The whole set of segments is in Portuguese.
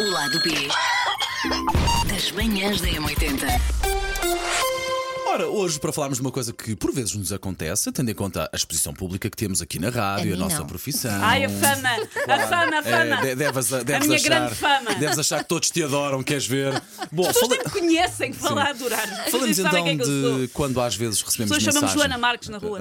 O lado B das manhãs da M80. Ora, hoje para falarmos de uma coisa que por vezes nos acontece, tendo em conta a exposição pública que temos aqui na rádio, A a, mim nossa não. profissão. Ai, a fama, a fama, a fama. É, de- deves, deves minha achar, grande fama. Deves achar que todos te adoram, queres ver? Bom, As pessoas fala- nem me conhecem falar durar. As pessoas É. falamos sabem então quem é que eu sou. de As quando às vezes recebemos pessoas chamam-me mensagens. Joana Marques na rua.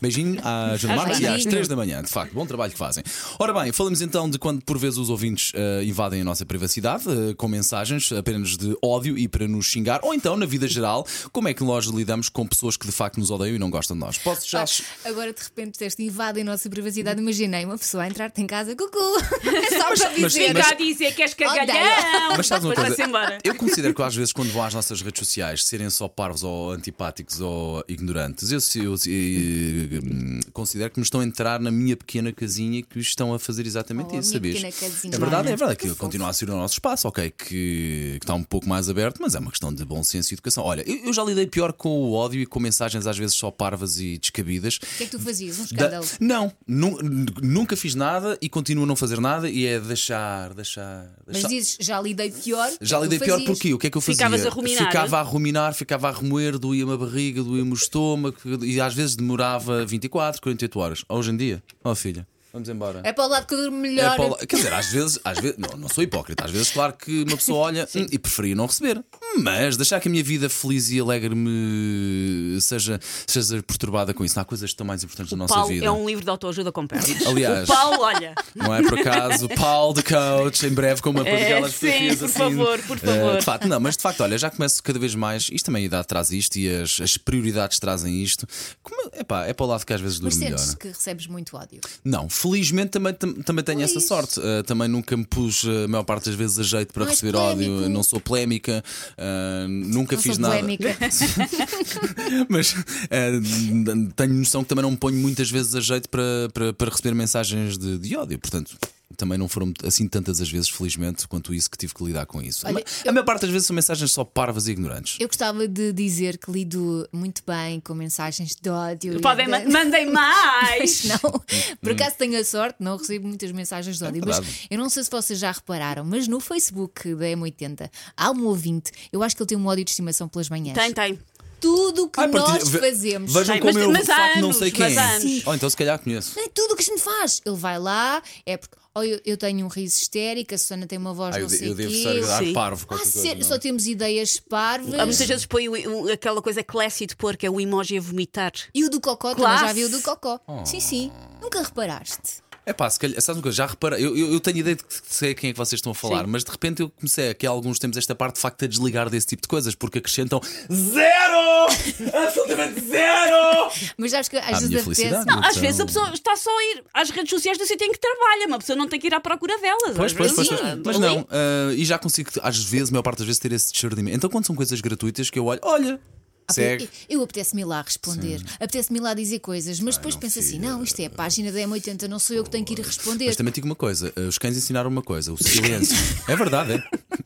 Beijinho à Joana Às Marques e às beijinho. 3 da manhã, de facto, bom trabalho que fazem. Ora bem, falamos então de quando por vezes os ouvintes eh, invadem a nossa privacidade eh, com mensagens apenas de ódio e para nos xingar, ou então na vida geral, como é que nós lidamos com pessoas que de facto nos odeiam e não gostam de nós? Posso já. Pá, agora de repente disseste invadem a nossa privacidade. Imaginei uma pessoa a entrar-te em casa, cucu, é só para mas- dizer. Fica a dizer é que és cagalhão. Mas sabes uma coisa? Depois vai-se embora. Eu considero que às vezes quando vão às nossas redes sociais serem só parvos ou antipáticos ou ignorantes, eu, eu, eh, hum, considero que me estão a entrar na minha pequena casinha e que estão a fazer exatamente Oh, isso, minha sabias? pequena casinha. É verdade, é verdade. Que Aquilo fofo. continua a ser o nosso espaço, ok, que, que está um pouco mais aberto, mas é uma questão de bom senso e educação. Olha, eu, eu já lidei pior com o ódio e com mensagens às vezes só parvas e descabidas. O que é que tu fazias? Um Da- escândalo. Não, nu- nunca fiz nada e continuo a não fazer nada e é deixar, deixar, Mas deixar. dizes, já lidei pior. o que Já é que lidei tu pior fazias? porque o que é que eu fazia? Ficavas a ruminar? Ficava a ruminar, ficava a remoer, doía-me a barriga, doía-me o estômago e às vezes demorava 24, 48 horas. Hoje em dia, ó filha, vamos embora. É para o lado que eu durmo É melhor. para o la- Quer dizer, às vezes, às vezes não, não sou hipócrita, às vezes, claro que uma pessoa olha "Hum, e preferia não receber. Mas deixar que a minha vida feliz e alegre me seja, seja perturbada com isso. Não há coisas tão mais importantes na nossa Paulo vida. é um livro de autoajuda com pernas. Aliás. O Paulo, olha. Não é por acaso, Paulo de Coach, em breve com uma É, daquelas sim, fotografias por assim. favor, por Eh, favor. de facto, não, mas de facto, olha, já começo cada vez mais. Isto também a idade traz isto e as, as prioridades trazem isto. Como, epá, é para o lado que às vezes Mas dura melhor. é? sentes que recebes muito ódio. Não, felizmente também, tam- também tenho essa Pois. sorte. Eh, também nunca me pus, eh, a maior parte das vezes, a jeito para Não és receber polémico. ódio. Não sou polémica, eh, nunca Não fiz sou nada. polémica. Mas eh, tenho noção que também não me ponho muitas vezes a jeito para, para, para receber mensagens de, de ódio, portanto. Também não foram assim tantas as vezes, felizmente, quanto isso que tive que lidar com isso. Olha, Ma- A maior parte das vezes são mensagens só parvas e ignorantes. Eu gostava de dizer que lido muito bem com mensagens de ódio. e Podem, de- ma- mandem mais. Pois não. Por acaso tenho a sorte, não recebo muitas mensagens de ódio. mas Hum. É verdade. eu não sei se vocês já repararam, mas no Facebook da M80 há um ouvinte, eu acho que ele tem um ódio de estimação pelas manhãs. Tem, tem. Tudo o que Ai, partilha- nós ve- fazemos. Vejam Sim, como mas- eu mas de há facto não anos, sei quem mas há é. anos. Ou então se calhar conheço. É tudo o que a gente faz. Ele vai lá, é porque ou eu, eu tenho um riso histérico, a Susana tem uma voz Ah, eu, não de- sei eu devo quê. ser Sim. dar parvo. Ah, qualquer coisa, sério, não é? só temos ideias Há parvas. Muitas vezes põe o- o- aquela coisa classy de pôr, que é o emoji a vomitar. E o do Cocó, Classe. também já vi o do Cocó. Oh. Sim, sim. Nunca reparaste. É pá, se calhar, sabes uma coisa? Já reparei, eu, eu, eu tenho ideia de que sei quem é que vocês estão a falar, mas de repente eu comecei aqui há alguns tempos esta parte de facto a desligar desse tipo de coisas, porque acrescentam zero! Absolutamente zero! Mas sabes que às Tá, minha vezes apetece. felicidade. Não, às Então- vezes a pessoa está só a ir às redes sociais do sítio em que trabalha. Uma pessoa não tem que ir à procura delas. Pois, às pois, pois, vezes, pois. sim. Mas Ali. não, ah, e já consigo, às vezes, a maior parte das vezes, ter esse discernimento. Então, quando são coisas gratuitas que eu olho, olha, Ah, segue. Eu, eu apetece-me ir lá responder, apetece-me ir lá dizer coisas, mas depois penso assim: não, isto é a página da M80, não sou eu que tenho que ir responder. Mas também digo uma coisa: ah, os cães ensinaram uma coisa, o silêncio. é verdade, é?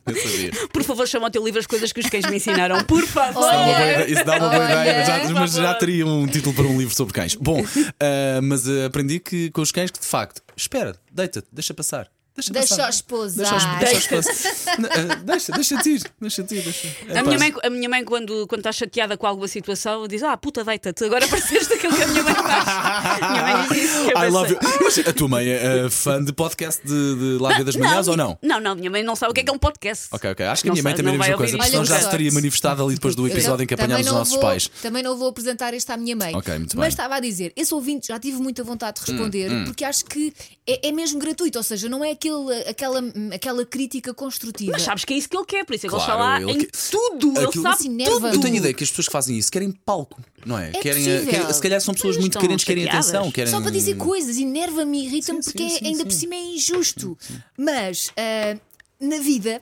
Eu sabia. Por favor, chama ao teu livro as coisas que os cães me ensinaram. Por favor. Dá uma boa ideia- Isso dá uma boa Olha, ideia, já- por mas já favor. teria um título para um livro sobre cães. Bom, ah, mas ah, aprendi que com os cães que de facto, espera, deita-te, deixa passar. Deixa, Deixa passar. os pousar. Deixa, os- deixa, os- ah, deixa, deixa-te ir, deixa-te ir. Deixa. A minha, mãe, a minha mãe, quando, quando está chateada com alguma situação, diz: Ah, puta, deita-te, agora pareceste aquilo que a minha mãe faz. minha mãe diz isso. eu I pensei, love you. Mas a tua mãe é ah, fã de podcast de, de Lábia das Manhãs ou não? Não, não, minha mãe não sabe o que é que é um podcast. Ok, ok. Acho que a Não minha mãe sabe, também é a não mesma vai coisa, ouvir porque senão isto. já Olha, se sorte. teria manifestado ali depois do Eu episódio em que também apanhámos os não nossos vou- pais. Também não vou apresentar este à minha mãe. Ok, muito mas bem. estava a dizer: esse ouvinte já tive muita vontade de responder, porque acho que é, é mesmo gratuito, ou seja, não é aquele, aquela, aquela crítica construtiva. Mas sabes que é isso que ele quer, por isso é que Claro, ele está lá ele em que- tudo. Aquilo- Ele Isso sabe enerva. tudo. Eu tenho ideia que as pessoas que fazem isso querem palco, não é? É querem, possível. querem- se calhar são pessoas Mas muito estão carentes, querem chateadas. atenção, querem Só para dizer coisas, enerva-me, irrita-me, porque é- ainda por cima é injusto. Hum, Mas ah, na vida,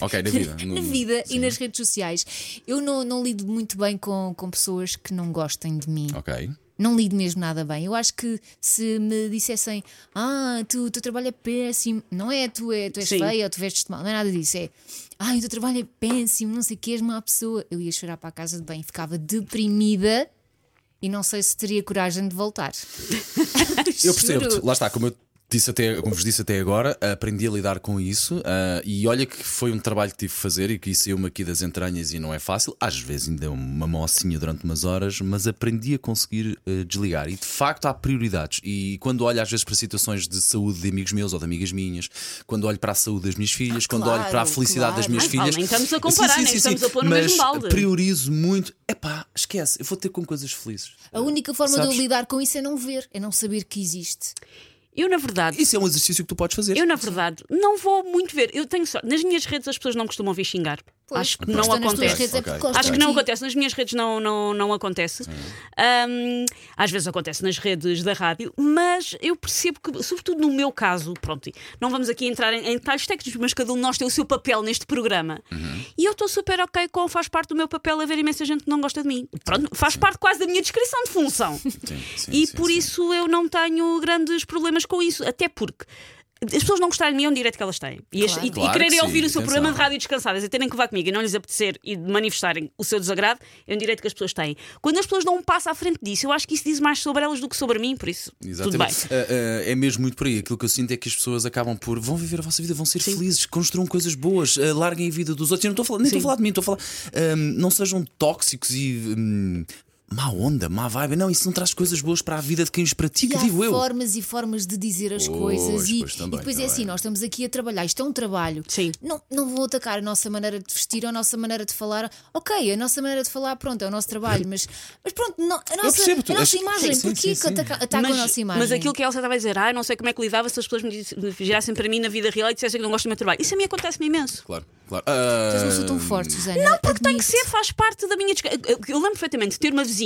Ok, na vida. na vida e nas redes sociais, eu não, não lido muito bem com, com pessoas que não gostem de mim. Ok. Não lido mesmo nada bem. Eu acho que se me dissessem, ah, tu, tu trabalho é péssimo, não é tu, é, tu és Sim. feia ou tu vestes mal, não é nada disso. É, ai, o teu trabalho é péssimo, não sei o que, és má pessoa. Eu ia chorar para a casa de bem, ficava deprimida e não sei se teria coragem de voltar. Eu percebo-te, lá está, como eu Disse até, como vos disse até agora, aprendi a lidar com isso ah, e olha que foi um trabalho que tive de fazer e que isso saiu-me aqui das entranhas e não é fácil. Às vezes ainda é uma mocinha durante umas horas, mas aprendi a conseguir ah, desligar. E de facto há prioridades. E quando olho às vezes para situações de saúde de amigos meus ou de amigas minhas, quando olho para a saúde das minhas filhas, Ah, quando olho claro, para a felicidade das claro. minhas Ai, filhas. Paulo, nem estamos a comparar, nem estamos a pôr no mas mesmo balde. priorizo muito. Epá, esquece, eu vou ter com coisas felizes. A única forma Sabes? de eu lidar com isso é não ver, é não saber que existe. Eu, na verdade. Isso é um exercício que tu podes fazer. Eu, na verdade, não vou muito ver. Eu tenho só. Nas minhas redes as pessoas não costumam vir xingar. Pois, Acho que Então porque não estão nas tuas acontece. redes é porque Ok, gostam Acho que de não ti. acontece, nas minhas redes não, não, não acontece. Ahm, às vezes acontece nas redes da rádio, mas eu percebo que, sobretudo no meu caso, pronto, e não vamos aqui entrar em, em detalhes técnicos, mas cada um de nós tem o seu papel neste programa. E eu estou super ok com faz parte do meu papel haver imensa gente que não gosta de mim. Pronto, faz parte quase da minha descrição de função. Sim, sim, e sim, por sim. isso eu não tenho grandes problemas com isso, até porque. As pessoas não gostarem de mim é um direito que elas têm. E, este- e- e Claro que quererem sim, ouvir o seu atenção. programa de rádio descansadas e terem que levar comigo e não lhes apetecer e de manifestarem o seu desagrado é um direito que as pessoas têm. Quando as pessoas dão um passo à frente disso, eu acho que isso diz mais sobre elas do que sobre mim, por isso tudo bem. Exatamente. Ah, ah, é mesmo muito por aí. Aquilo que eu sinto é que as pessoas acabam por vão viver a vossa vida, vão ser felizes, construam coisas boas, ah, larguem a vida dos outros. Eu não estou a falar, nem estou a falar de mim, estou a falar. ah, não sejam tóxicos e. hum, Má onda, má vibe, não, isso não traz coisas boas para a vida de quem os pratica, E há digo eu. formas e formas de dizer as Pois, coisas. E, pois, também, e depois também. é assim: nós estamos aqui a trabalhar, isto é um trabalho. Sim. Não, não vão atacar a nossa maneira de vestir ou a nossa maneira de falar. Ok, a nossa maneira de falar, pronto, é o nosso trabalho, mas, mas pronto, não- a nossa, percebo, tu- a nossa acho- sim, imagem, sim, porquê sim, que sim. ataca- atacam a nossa imagem? mas aquilo que a Elsa estava a dizer, ah, eu não sei como é que lidava se as pessoas me dis- me girassem para mim na vida real e dissessem que não gostam do meu trabalho. Isso a mim acontece-me imenso. Claro, claro. Ah, Mas não sou tão forte, Susana. Não, porque tem que ser, faz parte da minha. desca- Eu eu lembro perfeitamente de ter uma vizinha.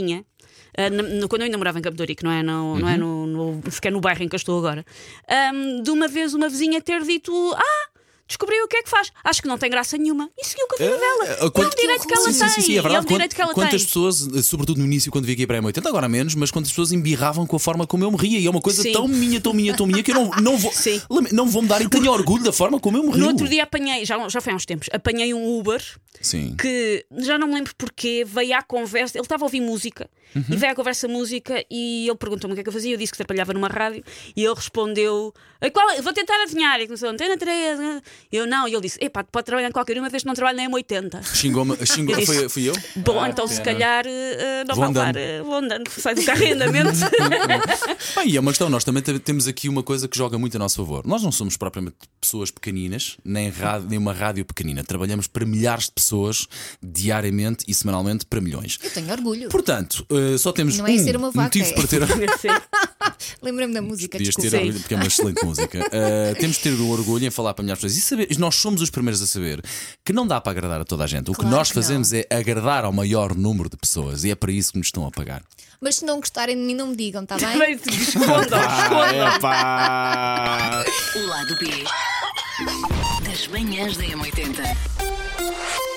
ah, na- no- quando eu ainda morava em Campo de Ourique, não é, no, não é Uhum. no, no- sequer no bairro em que eu estou agora, ahm, de uma vez uma vizinha ter dito: Ah, descobri o que é que faz, acho que não tem graça nenhuma. E seguiu com a vida dela. Ah, É um quanto- direito que ela sim, tem. sim, sim, sim, é verdade. um Quant- direito que ela quantas tem. pessoas, eh, sobretudo no início, quando vim aqui para a M80, agora menos, mas quantas pessoas embirravam com a forma como eu me ria? E é uma coisa Sim. tão minha, tão minha, tão minha que eu não, não vou Sim. lame- não vou mudar e tenho orgulho da forma como eu me rio. No outro dia apanhei, já, já foi há uns tempos, apanhei um Uber Sim. que já não me lembro porquê, veio à conversa, ele estava a ouvir música e veio à conversa música e ele perguntou-me o que é que eu fazia, eu disse que trabalhava numa rádio e ele respondeu, "Ah, qual, é? vou tentar adivinhar, e começou antena 3, né?" eu não, e ele disse, epá, pode trabalhar em qualquer uma, desde que não trabalho na M80. Xingou-me, xingou, Eu disse, foi, fui eu? Bom, Ah, então que se Ah, pena. calhar eh, não Vou vou levar, andando. eh, vou andando, sai do carro em andamento. Bem, e é uma questão, nós também te- temos aqui uma coisa que joga muito a nosso favor. Nós não somos propriamente pessoas pequeninas, nem, rádio, nem uma rádio pequenina. Trabalhamos para milhares de pessoas diariamente e semanalmente para milhões. Eu tenho orgulho. Portanto, eh, só temos Não um é ser uma vaca, motivo é. para ter. Sim. Lembrei-me da música, Podias desculpa. ter orgulho, porque é uma excelente música. Uh, temos de ter o orgulho em falar para milhares de pessoas. E saber, nós somos os primeiros a saber que não dá para agradar a toda a gente. O Claro que nós que fazemos é agradar ao maior número de pessoas e é para isso que nos estão a pagar. Mas se não gostarem de mim, não me digam, está bem? Bem, escondam, escondam. O lado B das manhãs da M80.